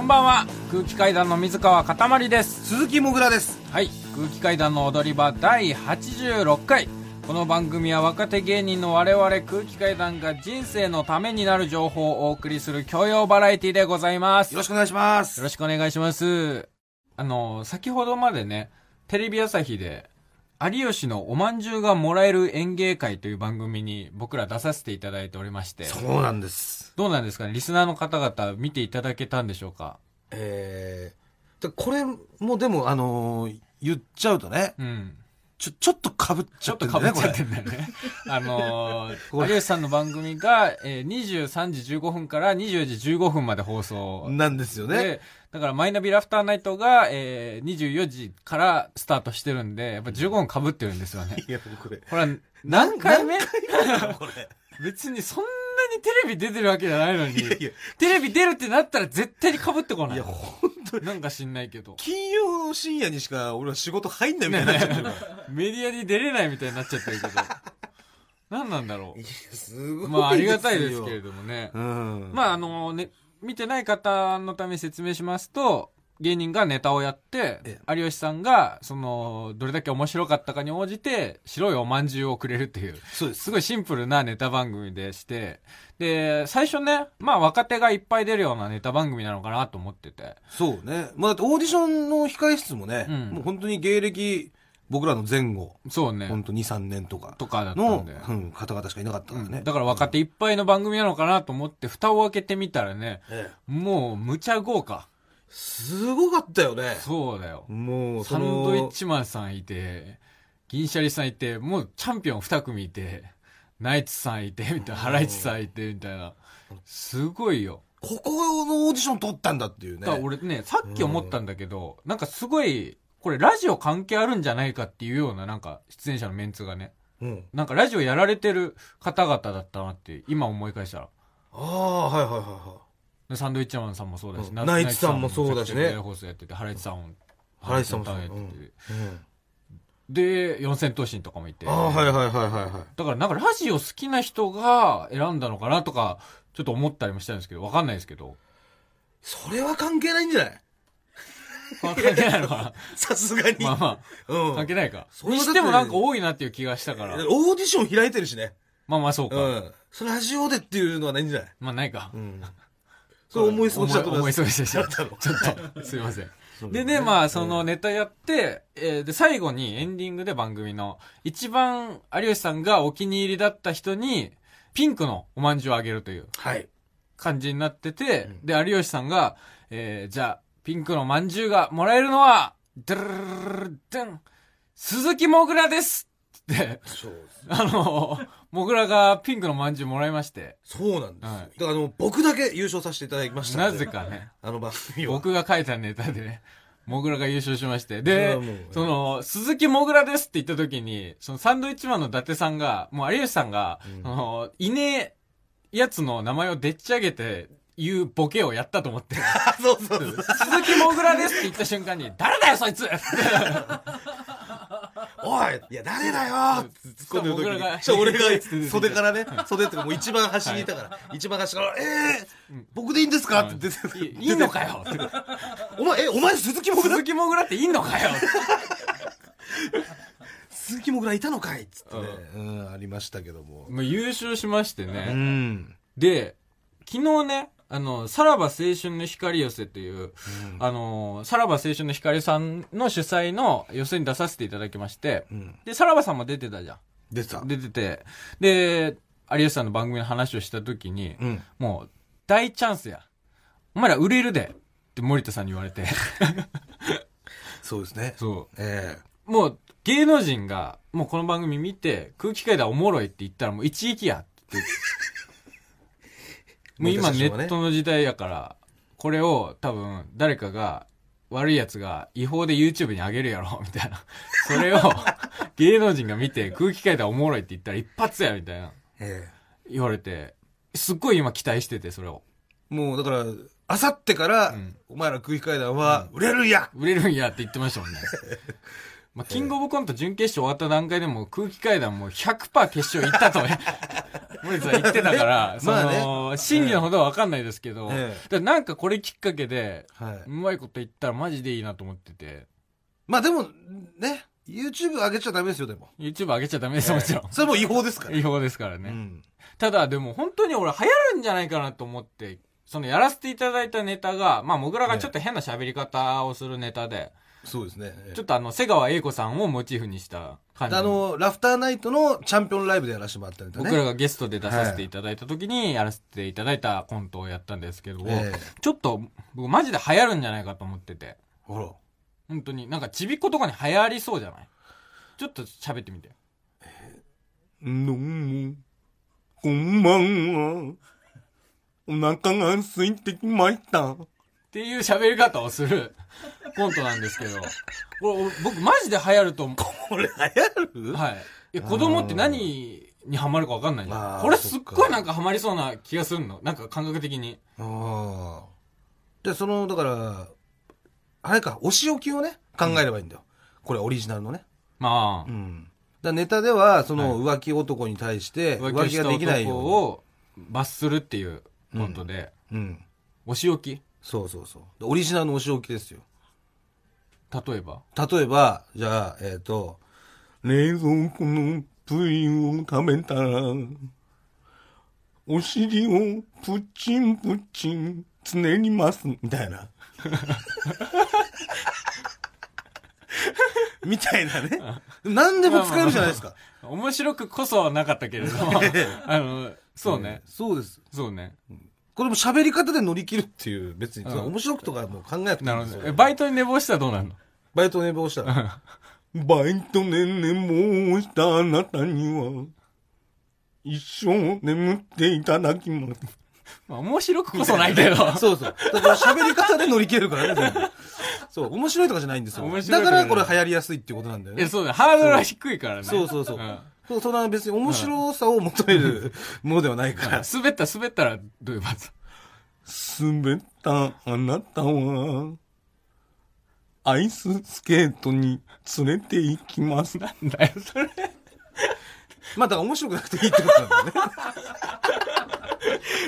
んばんは空気階段の水川かたまりです鈴木もぐらですはい空気階段の踊り場第86回この番組は若手芸人の我々空気階段が人生のためになる情報をお送りする教養バラエティでございますよろしくお願いしますよろしくお願いします。あの、先ほどまでね、テレビ朝日で、有吉のおまんじゅうがもらえる演芸会という番組に僕ら出させていただいておりまして、そうなんですどうなんですかねリスナーの方々見ていただけたんでしょうかえー、でこれもでもあのー言っちゃうとねうん。ちょちょっとかぶっちちゃょっってとかるねぶっちゃこれってんだよね。あのこー、れ有吉さんの番組が、えー23時15分から24時15分まで放送なんですよねで、だからマイナビラフターナイトが、えー、24時からスタートしてるんで、やっぱ15分被ってるんですよね。いやこ れほら、何回目何回目これ別にそんなにテレビ出てるわけじゃないのに、いやいやテレビ出るってなったら絶対に被ってこないいや。ほんなんか知んないけど。金曜の深夜にしか俺は仕事入んないみたいになっちゃってるから、メディアに出れないみたいになっちゃって るけど。何なんだろいやすごう。いまあありがたいですけれどもね。うんまああのね、見てない方のために説明しますと、芸人がネタをやってえ、有吉さんが、その、どれだけ面白かったかに応じて、白いおまんじゅうをくれるっていう、そうですすごいシンプルなネタ番組でして、で、最初ね、まあ若手がいっぱい出るようなネタ番組なのかなと思ってて、そうねまあだってオーディションの控え室もね、うんもう本当に芸歴僕らの前後そうね、本当23年とかとかだったんので、うん、方々しかいなかったからね、だから若手いっぱいの番組なのかなと思って、蓋を開けてみたらね、ええもう無茶豪華。すごかったよねそうだよ。もうサそンのドイッチマンさんいて、銀シャリさんいて、もうチャンピオン2組いて、ナイツさんいて、みたいな、ハライチさんいて、みたいな。すごいよ。ここのオーディション取ったんだっていうねだから俺ね、さっき思ったんだけど、なんかすごい、これラジオ関係あるんじゃないかっていうような、なんか出演者のメンツがね、うん、なんかラジオやられてる方々だったなって、今思い返したら。ああはいはいはいはでサンドイッチマンさんもそうだし、うんナイツさんもそうだしねナイツさんもめちゃくちゃレギュラー放送やってて、ハライチさんも。ハライチさんもそうやっててい、うん、で、四千頭身とかもいて。ああはいはいはいはいはいだからなんかラジオ好きな人が選んだのかなとか、ちょっと思ったりもしたんですけど、わかんないですけど。それは関係ないんじゃない関係ない のかさすがに、なまあまうあ、ん、関係ないか。それはにだってしてもなんか多いなっていう気がしたから。オーディション開いてるしねまあまあそううか。んそれラジオでっていうのはないんじゃないまあないかう。んそう思いそうしたと思い思いそうでした。ちょっ だろと、すいません。でね、まあ、そのネタやって、えーで、最後にエンディングで番組の、一番有吉さんがお気に入りだった人に、ピンクのおまんじゅうをあげるという。はい感じになってて、で、有吉さんが、えー、じゃあ、ピンクのまんじゅうがもらえるのは、ドゥルルルルルドゥン鈴木もぐらですって、そうですあの、もぐらがピンクのまんじゅうもらいまして、そうなんですよ、はいだからあの僕だけ優勝させていただきましたんなでぜかね、あの番組を僕が書いたネタでね、もぐらが優勝しまして、それではもう、その、鈴木もぐらですって言った時に、そのサンドイッチマンの伊達さんが、もう有吉さんが、うんその、いねえやつの名前をでっち上げて、言うボケをやったと思って。あそうそうそう鈴木もぐらですって言った瞬間に、誰だよそいつっておいいや、誰だよって突っ込んでる時そう僕らがに。そう、俺いやいやがいや袖からね、袖っていうかもう一番端にいたから、一番端から、えー、僕でいいんですかって出ていいいのかよってお前、え、お前鈴木もぐら鈴木もぐらっていいのかよって鈴木もぐらいたのかいっつってね。うん、ありましたけども。もう優勝しましてうね。ん。で、昨日ね、あの、さらば青春の光寄せという、あの、さらば青春の光さんの主催の寄せに出させていただきまして、うん。で、さらばさんも出てたじゃ出てたん。。出てて、で、有吉さんの番組の話をした時に、うん。もう、大チャンスや。お前ら売れるで。って森田さんに言わ れて。そうですね。そう。えもう芸能人が、もうこの番組見て、空気階段おもろいって言ったらもう一撃やって。え。 もう今森ネ田社長はねットの時代やから、これを多分誰かが、悪い奴が違法で YouTube に上げるやろ、み たいな。それ を芸能人が見て空気階段おもろいって言ったら一発や、みたいな。え言われて、すっごい今期待してて、それを。え。もうだから、あさってからん、お前ら空気階段は売れるんや 売れるんやって言ってましたもんね。まあ、キングオブコント準決勝終わった段階でも空気階段もう100%決勝行ったと、 森田さん言ってたから、そまあねの、真偽のほどは分かんないですけど、ええだからなんかこれきっかけで、はい。うまいこと言ったらマジでいいなと思ってて、まあでも、ね、YouTube 上げちゃダメですよ、でも。 YouTube 上げちゃダメです、もちろん。それもう違法ですから。違法ですからね。うん。ただでも本当に俺流行るんじゃないかなと思って、そのやらせていただいたネタが、まあ、もぐらがちょっと変な喋り方をするネタで、そうですね。ええちょっとあの、瀬川栄子さんをモチーフにした感じあの、ラフターナイトのチャンピオンライブでやらせてもらったネタね。僕らがゲストで出させていただいた時にやらせていただいたコントをやったんですけど、ええちょっと僕マジで流行るんじゃないかと思っててほら。本当になんかちびっことかに流行りそうじゃないちょっと喋ってみてどうも、こんばんは。お腹が空いてきました。っていう喋り方をするコントなんですけどこれ僕マジで流行ると思うこれ流行るはいいや子供って何にハマるか分かんないじゃあんーこれすっそっごかいなんかハマりそうな気がするのなんか感覚的にああ。で、その、だから、あれか、お仕置きをね、考えればいいんだよ。これオリジナルのね。まうあん。だからネタでは、その浮気男に対して、浮浮気気ががででききなないいようにを罰するっていうコントで、うん。お仕置きそうそうそう。でオリジナルのお仕置きですよ。例えば例えば、じゃあ、えっ、と、冷蔵庫のプリンを食べたら、お尻をプチンプチン、つねります、みたいな。みたいなね。何でも使えるじゃないですか。面白くこそはなかったけれど あのそうね、そうです。そうねこれも喋り方で乗り切るっていう、別に、うん面白くとかもう考えなくていいなるんですほよどえバイトに寝坊したらどうなるのバイト寝坊したら。バイトで寝坊したあなたには、一生眠っていただきます。まあ面白くこ そないけどそうそう。だから喋り方で乗り切れるからね、全部そう、面白いとかじゃないんですよ。面白いとかだかじゃならいこれ流行りやすいっていうことなんだよえね。そうだハードルは低いからねそうそうそう。んそうそんな別に面白さを求めるものではないから。滑った滑ったらどういう 罰滑ったあなたは、アイススケートに連れて行きます。なんだよそれまあだから面白くなくていいってことなんだよ ね。だか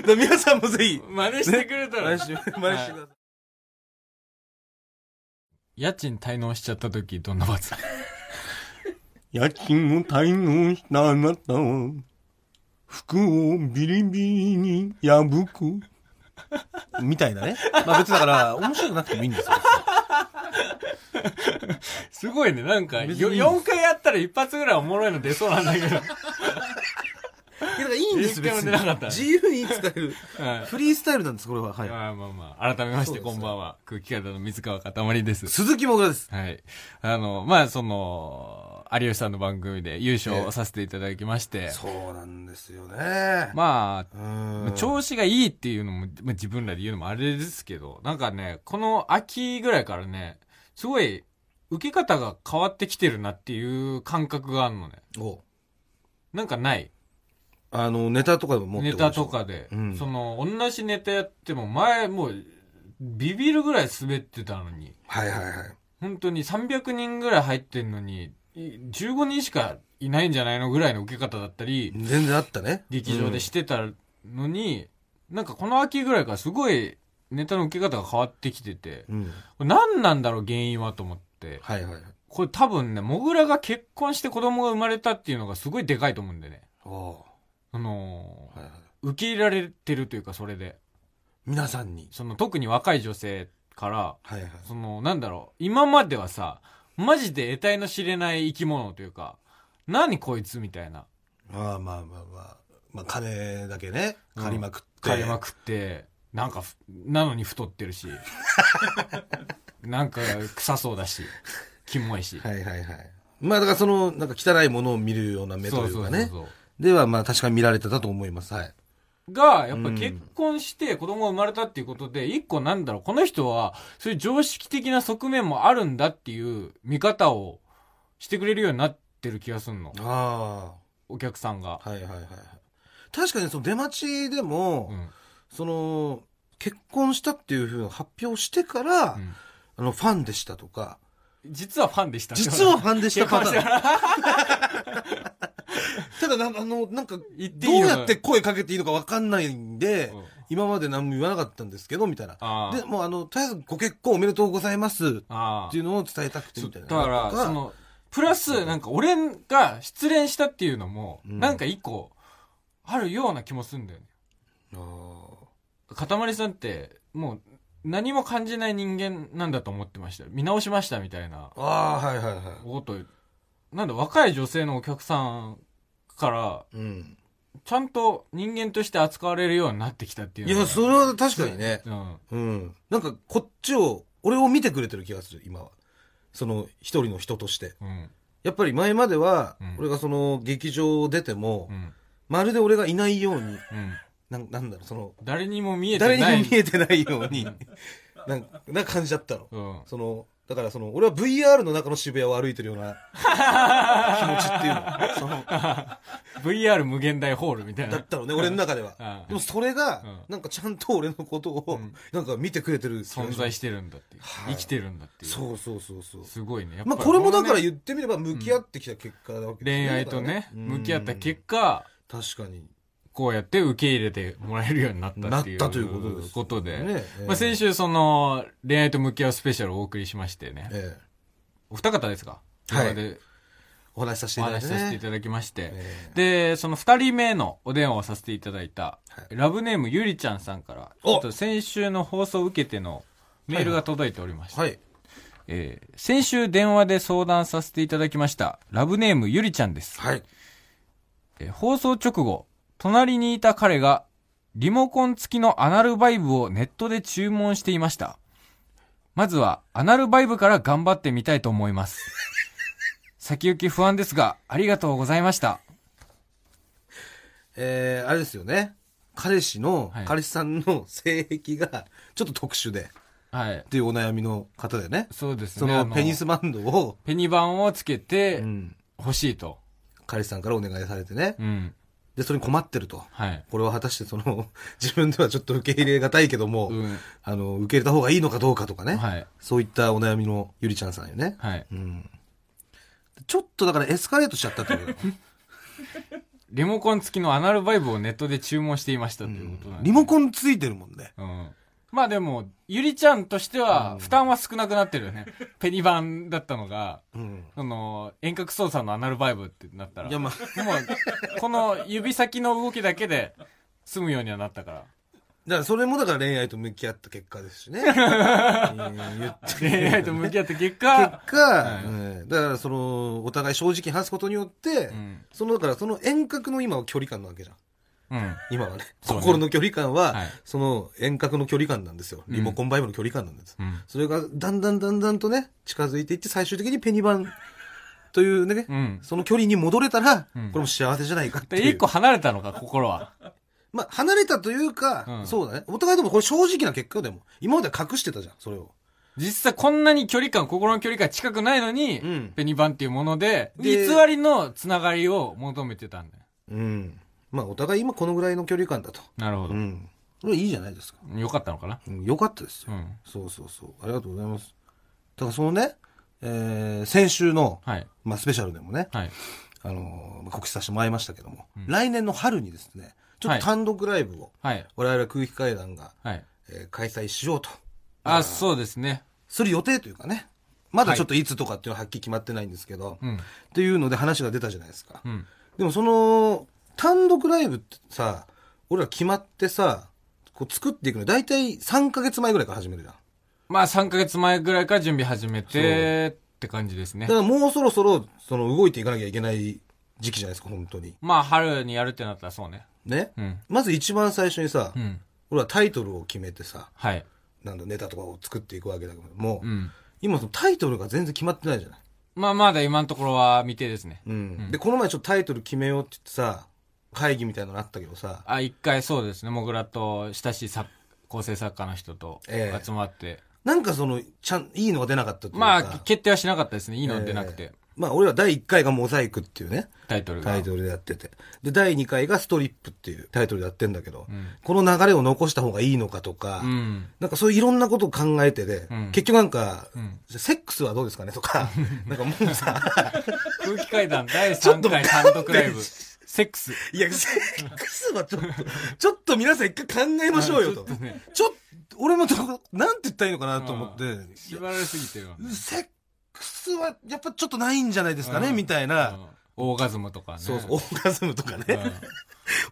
ら皆さんもぜひ、真似してくれたら、毎週、毎週くださ家賃滞納しちゃった時どんな罰い。家賃を滞納したあなたは、服をビリビリに破く。みたいなね。まあ別にだから、面白くなくてもいいんですよ。 すごいねなんか別にいいんです4回やったら一発ぐらいおもろいの出そうなんだけど、 いや、いいんです、別一回にも出なかった。自由に使える。はいフリースタイルなんです、これは。はい。まあまあまあ、改めましてこんばんは。空気階段の水川かたまりです。鈴木もぐらです。はい。あの、まあ、その、有吉さんの番組で優勝をさせていただきまして、そうなんですよね。まあ、うん。調子がいいっていうのも、まあ、自分らで言うのもあれですけど、なんかね、この秋ぐらいからね、すごい、受け方が変わってきてるなっていう感覚があるのね。おなんかない。あの、ネタとかでも持ってネことタでしょと。かで。うんその、同じネタやっても、前もう、ビビるぐらい滑ってたのに、はいはいはい。本当に300人ぐらい入ってんのに、い15人しかいないんじゃないのぐらいの受け方だったり、全然あったね。劇場でしてたのに、なんかこの秋ぐらいからすごいネタの受け方が変わってきてて、うん。うん。これ何なんだろう原因はと思って、はいはいはい。これ多分ね、モグラが結婚して子供が生まれたっていうのがすごいでかいと思うんでね。おおあのー。はいはい。ー受け入れられてるというかそれで、皆さんに。その特に若い女性から、はいはい。その、なんだろう、今まではさ、マジで得体の知れない生き物というか、何こいつみたいな。まあまあまあまあ。まあ金だけね、うん借りまくって。枯れまくって、なんかふ、なのに太ってるし、 なんか臭そうだし、キモいし。はいはいはい。まあだからその、なんか汚いものを見るような目というかね。そうではまあ確かに見られてたと思います。はい。う。が、やっぱ結婚して子供が生まれたっていうことで、一個なんだろう、この人は、そういう常識的な側面もあるんだっていう見方をしてくれるようになってる気がすんの。あお客さんが。あ。はいはいはいはい。確かにその出待ちでも、うん。その、結婚したっていうふうな発表してから、うんあの、ファンでしたとか、実はファンでした。実はファンでした結婚パタしてーかン。らただな、あの、なんか、ど言っていいうのやって声かけていいのかわかんないんでうん、今まで何も言わなかったんですけど、みたいな。あで、もうあの、とりあえずご結婚おめでとうございます。ああっていうのを伝えたくてそうみたいだな。からとかそ、のプラスなんか俺が失恋したっていうのも、うんなんか一個あるような気もするんだよねかたまりさんってもう何も感じない人間なんだと思ってました見直しましたみたいなああ、ああはいはいはことなんだ若い女性のお客さんからい。うん。ちゃんと人間として扱われるようになってきたっていういのがや、それは確かにね。うんうん。なんか、こっちを、俺を見てくれてる気がする、今は。その、一人の人として。うんやっぱり前まではうん、俺がその、劇場を出てもう、んまるで俺がいないように、うんなんなんだろう、その、誰にも見えてな誰いにも見えてないように、 なんかな感じだったの。うんその、だからその、俺は VR の中の渋谷を歩いてるような気持ちっていう の。その、 VR 無限大ホールみたいだなったのね、俺の中ではうん。でもそれがうん、なんかちゃんと俺のことをうん、なんか見てくれてる気が存在してるんだっていう、はい生きてるんだっていうそうそうそうそう。すごいねやっぱまありこれもだこからのね言ってみれば向き合ってきた結果なわけですね恋愛とねうん向き合った結果確かに。こうやって受け入れてもらえるようになったなっっていうたということです。ことで、ねまあ、先。週その恋愛と向き合うスペシャルをお送りしましてねええええお二方ですかはいこれでお話しさせておいただい話てしね。させていただきまして、ええでその二人目のお電話をさせていただいた、はいラブネームゆりちゃんさんからちおょっと先週の放送を受けてのメールが届いておりまして、はい。えー先週電話で相談させていただきましたラブネームゆりちゃんです、はい。えー放送直後隣にいた彼がリモコン付きのアナルバイブをネットで注文していましたまずはアナルバイブから頑張ってみたいと思います 先行き不安ですがありがとうございましたえー、あれですよね。彼氏の、はい彼氏さんの性癖がちょっと特殊で、っはいていうお悩みの方でね。そうですねそあのペニスバンドを、ペニバンをつけてうん欲しいと彼氏さんからお願いされてねう。んで、それに困ってると。はい、これは果たしてその、 自分ではちょっと受け入れがたいけども、うん、あの、受け入れた方がいいのかどうかとかね。はいそういったお悩みのゆりちゃんさんよね。はいうん。ちょっとだからエスカレートしちゃったと いう。リモコン付きのアナルバイブをネットで注文していましたということなんでリモコンついてるもんね。うんまあでも、ゆりちゃんとしては、負担は少なくなってるよね。 ペニバンだったのが、うん。その、遠隔操作のアナルバイブってなったら、いや、もまあ、う、この指先の動きだけで済むようにはなった から。だからそれもだから恋愛と向き合った結果ですし ね。うん言って恋愛と向き合った結結果、果、うんだからその、お互い正直に話すことによって、うん。その、だからその遠隔の今は距離感なわけじゃん。うん。今はね。そうね心の距離感は、はいその遠隔の距離感なんですよ。リモコンバイブの距離感なんです。うん。それがだんだんだんだんとね、近づいていって最終的にペニバンというね、うん。その距離に戻れたら、うんこれも幸せじゃないかってで、い一う。個離れたのか、心は。まあ、離れたというか、うんそうだね。お互いでもこれ正直な結果でも、今までは隠してたじゃん、それを。実際こんなに距離感、心の距離感近くないのに、うんペニバンっていうもので、偽でりのつながりを求めてたんだよ。うん。まあ、お互い今このぐらいの距離感だと。なるほうど。ん。これいいじゃないですか。よかったのかなうん、よかったですよ、うん。そうそうそう。ありがとうございます。だからそのね、えー、先週の、はい。まあ、スペシャルでもね、はい。あのー告知させてもらいましたけども、うん来年の春にですね、ちょはっいと単独ライブを、はい。我々は空気階段が、はい。えー開催しようと、あ、そうですね。する予定というかね、まだはいちょっといつとかっていうのははっきり決まってないんですけど、うん。っていうので話が出たじゃないですか。うん。でもその、単独ライブってさ、俺ら決まってさ、こう作っていくの、だいたい3ヶ月前ぐらいから始めるじゃん。まあ、3ヶ月前ぐらいから準備始めて、って感じですねだか。らもうそろそろ、その動いていかなきゃいけない時期じゃないですか、本当に。まあ、春にやるってなったらそうね。ね。うん。まず一番最初にさ、うん。俺らタイトルを決めてさ、はい。なんだネタとかを作っていくわけだけども、うん。今そのタイトルが全然決まってないじゃない。まあ、まだ今のところは未定ですね。うん、でこの前ちょっとタイトル決めようって言ってさ会議みたいなのあったけどさあ、一回そうですね。モグラと親しい作構成作家の人とええ集まって。なんかそのちゃんいいのが出なかったというかまあ、決定はしなかったですね。いいの出なくて。えまあ、俺は第1回がモザイクっていうね、タイトルが。タイトルでやってて。で、第2回がストリップっていうタイトルでやってんだけど、うんこの流れを残した方がいいのかとか、 うん。なんかそういういろんなことを考えてで、うん結局なんか、んセックスはどうですかねと か、なんかもうさ、空気階段第ちょっ3と回単独ライブ。勘弁セックス。いや、セックスはちょっと、ちょっと皆さん一回考えましょうよと。ちょっと ねちょっと、俺もどうなんて言ったらいいのかなと思って、縛られすぎてるわね。セックスはやっぱちょっとないんじゃないですかね、うんみたいうな。んオーガズムとかね。そうそう、オーガズムとかね。う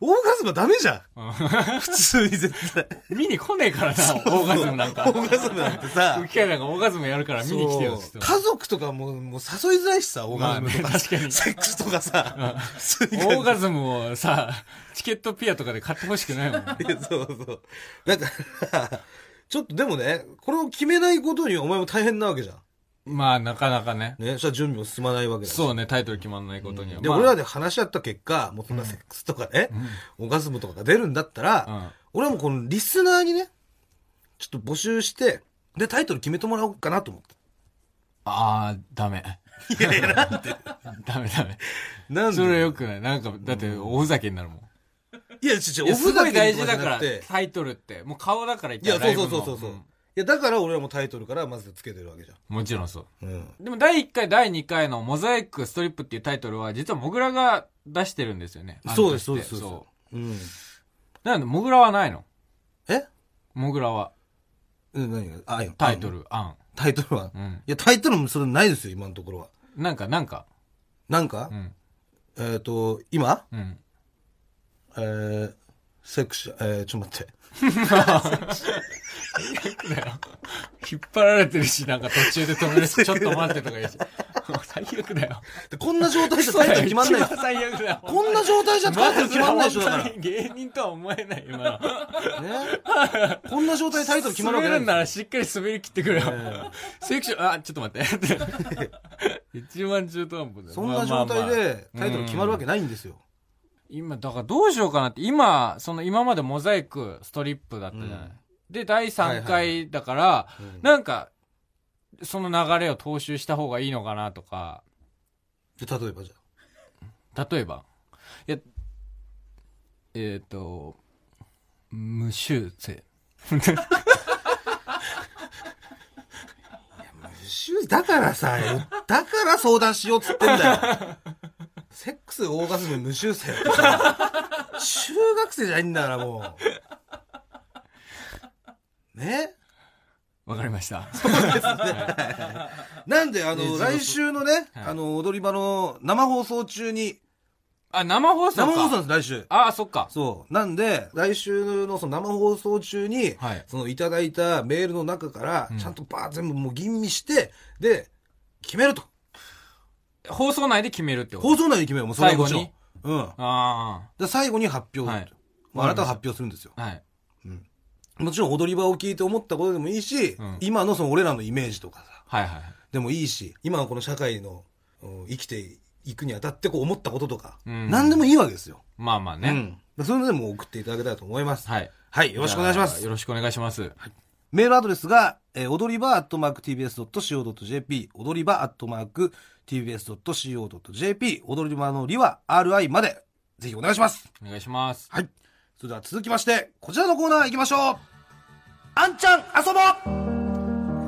オーガズムはダメじゃんうんん。普通に絶対。見に来ねえからな、オーガズムなんかオ。ーガズムなんてさ空。気階段がオーガズムやるから見に来てよっつってそうも。家族とかも、もう誘いづらいしさ、オーガズムとまあか。ね確かにセックスとかさ、普通に考えて。オーガズムをさ、チケットピアとかで買ってほしくないもん。いやそうそう。だから、ちょっとでもね、これを決めないことにお前も大変なわけじゃん。まあ、なかなかね。ね、それは準備も進まないわけだしそうね、タイトル決まんないことには。で、まあ俺らで話し合った結果、もうそんなセックスとかね、オガズムとかが出るんだったら、うん俺はもうこのリスナーにね、ちょっと募集して、で、タイトル決めてもらおうかなと思って。ああ、ダメ。いやいや、なんで ダメダメ。なんでそれよくない。なんか、だって、おふざけになるもん。いや、ちょ、いちょ、やおふすござけいと大じ事ゃだなかくらて、タイトルって。もう顔だから言っいたらや、そラうイブそのうそうそうそう。んいや、だから俺はもうタイトルからまずつけてるわけじゃん。もちろんそう。うん。でも第1回、第2回のモザイク、ストリップっていうタイトルは、実はモグラが出してるんですよね。そうです、そ案うとしでてす、そそう。うん。う。なので、モグラはないの。えモグラは。うん、何があ、いやタイト。ル、案。タイトルは。ういん。や、タイトルもそれないですよ、今のところは。なんか、なんか。なんかう、ん。えっ、と、今、うん。えー、セクシー、えー、ちょっと待って。引っ張られてるし、なんか途中で止める し、ちょっと待ってとか言うし。もう 最悪だよ。でこんな状態じゃ タイトル決まんない一番最悪だよ。こんな状態じゃタイトル決まんないでしょ、だから。本当に芸人とは思えない、今の。ね。こんな状態でタイトル決まるわけ滑るないんでならしっかり滑り切ってくれよ。セクション、あ、ちょっと待って。 一番中途半端だよすそんな状態まあまあまあでタイトル決まるわけないんですよ。今、だからどうしようかなって。今、その今までモザイク、ストリップだったじゃない。うんで、第3はい回だから、うんなんか、その流れを踏襲した方がいいのかなとか、で、例えばじゃあ。例えば、いや、えっ、と、無修正。だからさ、だから相談しようっつってんだよ。セックス、オーガズム、無修正ってさ。中学生じゃないんだからもう。ねわかりました。 なんで、あねの、来週のね、はいあの、踊り場の生放送中に、あ、生放送か生放送なんです、来週。ああ、そっか。そう。なんで、来週のその生放送中に、はいそのいただいたメールの中からう、んちゃんとバー全部もう吟味して、で、決めると。放送内で決めるってこと放送内で決めよう、もうそれはもちろん。最うん。あで、最後に発表。はいまあ、あなたが発表するんですよ。あ。はい。もちろん踊り場を聞いて思ったことでもいいし、うん今のその俺らのイメージとかさ、はいはい。でもいいし、今のこの社会の、うん生きていくにあたってこう思ったこととか、うん何でもいいわけですよ。まあまあうね。ん。でそういうのでも送っていただけたらと思います。はい。はい、よろしくお願いしまじゃすあ。よろしくお願いします。メールアドレスが、えー、踊り場 atmarktbs.co.jp、踊り場 atmarktbs.co.jp、踊り場のりは RI まで、ぜひお願いします。お願いします。はい。それでは続きまして、こちらのコーナー行きましょうあんちゃん遊ぼ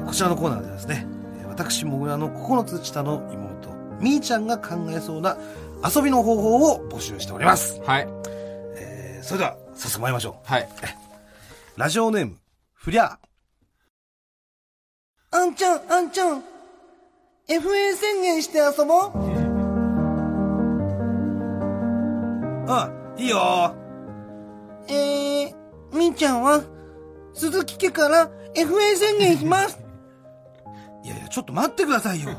うこちらのコーナーではですね、えー私、もぐらの9つ下の妹、みーちゃんが考えそうな遊びの方法を募集しております。はい。えーそれでは、早速参りましょう。はい。ラジオネーム、フリャー。あんちゃん、あんちゃん。FA 宣言して遊ぼう。うん、いいよ。えー、みーちゃんは、鈴木家から FA 宣言します。 いやいや、ちょっと待ってくださいよ。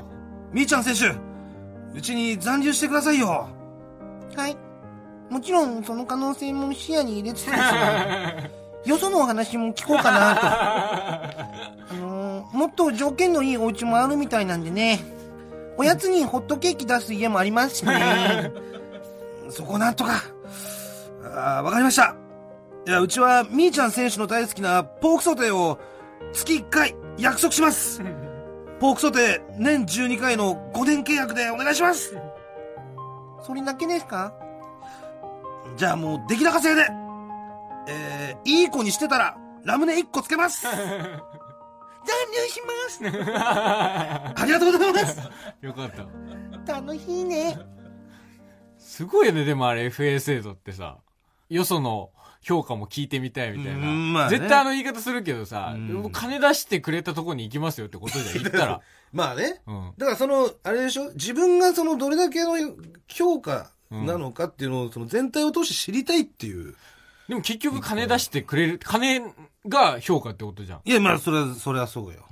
みーちゃん選手、うちに残留してくださいよ。はい。もちろん、その可能性も視野に入れつつです が。よそのお話も聞こうかなと。あのーもっと条件のいいお家もあるみたいなんでね。おやつにホットケーキ出す家もありますしね。そこなんとか。あーわかりました。いや、うちはみーちゃん選手の大好きなポークソテーを月1回約束します。ポークソテー、年12回の5年契約でお願いしますそれだけですかじゃあもう、出来高制で、えー、いい子にしてたら、ラムネ1個つけます 残留しますありがとうございます よかった。 楽しいね。すごいよね、でもあれ FA 制度ってさ、よその評価も聞いてみたいみたいな。うんまあね絶対あの言い方するけどさ、うん金出してくれたとこに行きますよってことじ ゃん言ったら。まあね。うん。だからその、あれでしょ自分がそのどれだけの評価なのかっていうのを、その全体を通して知りたいっていう。でも結局金出してくれる、金が評価ってことじゃん。いや、まあそれは、それはそうよ。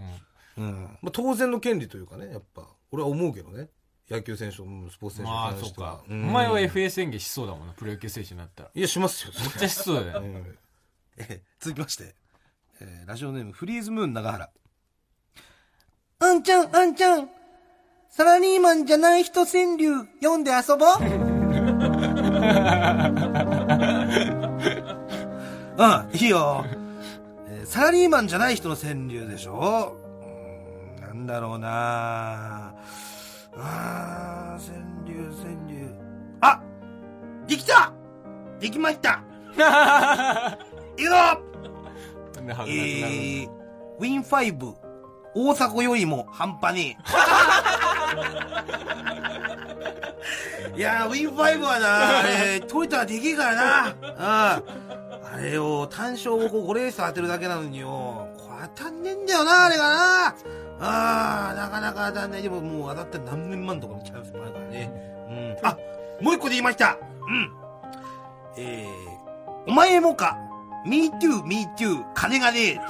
うんうん。まあ当然の権利というかね、やっぱ。俺は思うけどね。野球選手もスポーツ選手まあ、にそう関してはか。おうん前は FA 宣言しそうだもんな、プロ野球選手になったら。いや、しますよ。めっちゃしそうだよね。うんえ続きまして、えーラジオネームフリーズムーン長原あんちゃんあんちゃんサラリーマンじゃない人川柳読んで遊ぼ ううんいいよ、えーサラリーマンじゃない人の川柳でしょうーんなんだろうなあー川柳川柳あできたできましたいくぞなんで え恥ずかしくなるのー、ウィンファイブ、大迫よりも半端ねえ。いやー、ウィンファイブはな、あれ、トイたらできえからな。うん。あれよ、単勝をこう5レース当てるだけなのによ、これ当たんねえんだよな、あれがな。ああ、なかなか当たんない。でももう当たって何千万とかのチャンスもあるからね。うん。あ、もう一個で言いました。うん。えー、お前もか、me too, me too, 金がねえ。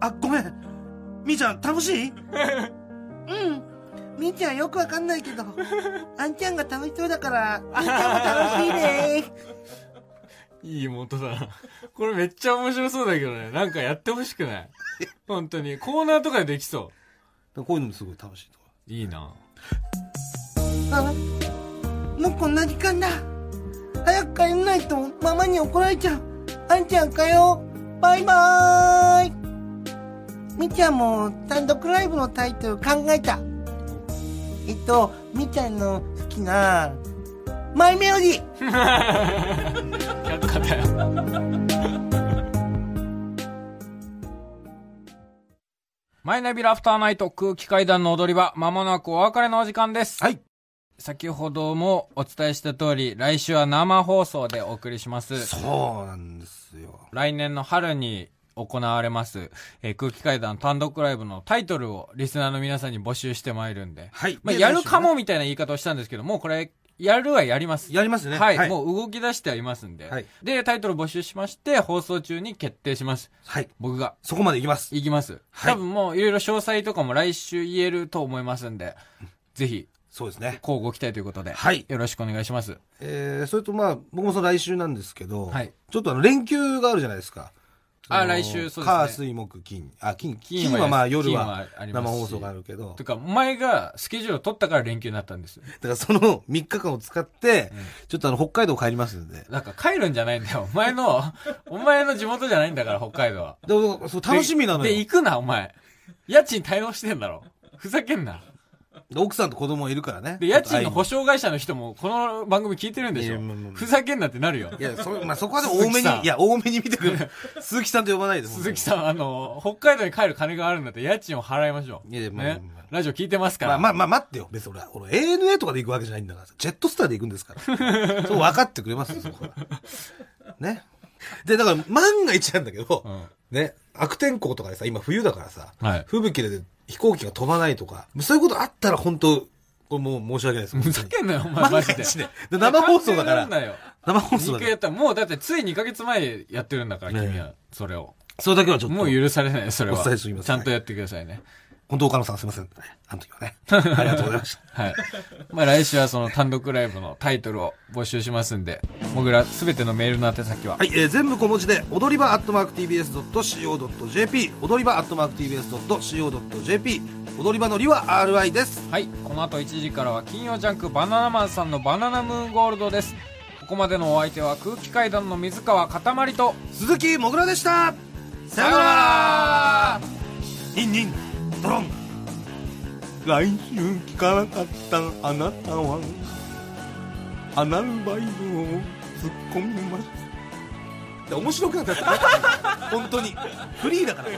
あ、ごめん。みーちゃん、楽しいうん。みーちゃんよくわかんないけど、あんちゃんが楽しそうだから、みーちゃんも楽しいねいい妹だな。 これめっちゃ面白そうだけどね。なんかやってほしくない本当に。コーナーとかできそこういうのもすごい楽しいと思う。いいな。あもうこんな時間だ早く帰らないとママに怒られちゃうあんちゃんかよバイバーイみーちゃんも単独ライブのタイトル考えたえっとみーちゃんの好きなマイメロディやったよ。マイナビラフターナイト空気階段の踊り場、まもなくお別れのお時間です。はい。先ほどもお伝えした通り、来週は生放送でお送りします。そうなんですよ。来年の春に行われます、えー空気階段単独ライブのタイトルをリスナーの皆さんに募集してまいるんで、はいまあ、でやるか来週もみたいな言い方をしたんですけどもうこれやるはやりますやりますねはい、はいもう動き出してはいますんで、はいでタイトル募集しまして放送中に決定しますはい。僕がそこまでいきます。行きます、はい多分もういろいろ詳細とかも来週言えると思いますんでぜひそうですね。こうご期待ということで、はいよろしくお願いしますえー、それとまあ、僕もその来週なんですけど、はいちょっとあの、連休があるじゃないですか。あその来週そうですね火、水、木、金。あ、金、金金ははまあ夜金ははありま生すし放送があるけど、とか前がスケジュールを取ったから連休になったんですよだからその3日間を使って、ちょっとあの、北海道帰りますんで。なんか帰るんじゃないんだよ。お 前の、お前の地元じゃないんだから、北海道は。でもそう楽しみなので、よ行。くな、お前。家賃滞納してんだろ。ふざけんな。で奥さんと子供いるからね。で、ちょ家っと会賃いのに保証会社の人も、この番組聞いてるんでしいょやまあまあまあ。ふざけんなってなるよ。いや、そ、まあ、そこはでも多め鈴木さに、んいや、多めに見てくる。鈴木さんと呼ばないで。鈴木さん、あの、北海道に帰る金があるんだったら家賃を払いましょう。いやいやまあねまあまあ。ラジオ聞いてますかまあら。まあまあ待ってよ。別に俺は、俺 ANA とかで行くわけじゃないんだからさジェットスターで行くんです から。そう分かってくれますよ、そこは。ね。で、だから万が一なんだけど、うんね、悪天候とかでさ、今冬だからさ、はい吹雪で飛行機が飛ばないとか、そういうことあったら本当これもう申し訳ないです。ふざ本当にけんなよ、お前、万がマジで。一ね。で生放送だか関係ないんら、だよ。生放送2だか回やらっ、たら、もうだってつい2ヶ月前やってるんだから、ね君は。それを。それだけはちょっと、もう許されない、それは。お伝えしときますちゃんとやってくださいね。本当岡野さんすいません。あの時は ね。ありがとうございました。はい。まあ来週はその単独ライブのタイトルを募集しますんで、僕らすべてのメールの宛先は、はい、えー全部小文字で踊り場 atmarktbs.co.jp 踊り場 atmarktbs.co.jp 踊り場のりは RI ですはい、この後1時からは金曜ジャンクバナナマンさんのバナナムーンゴールドです。ここまでのお相手は空気階段の水川かたまりと鈴木もぐらでしたさようならニンニンドロン来週聞かなかったあなたはアナルバイブを突っ込みます 面白くなっちゃった本当にフリーだから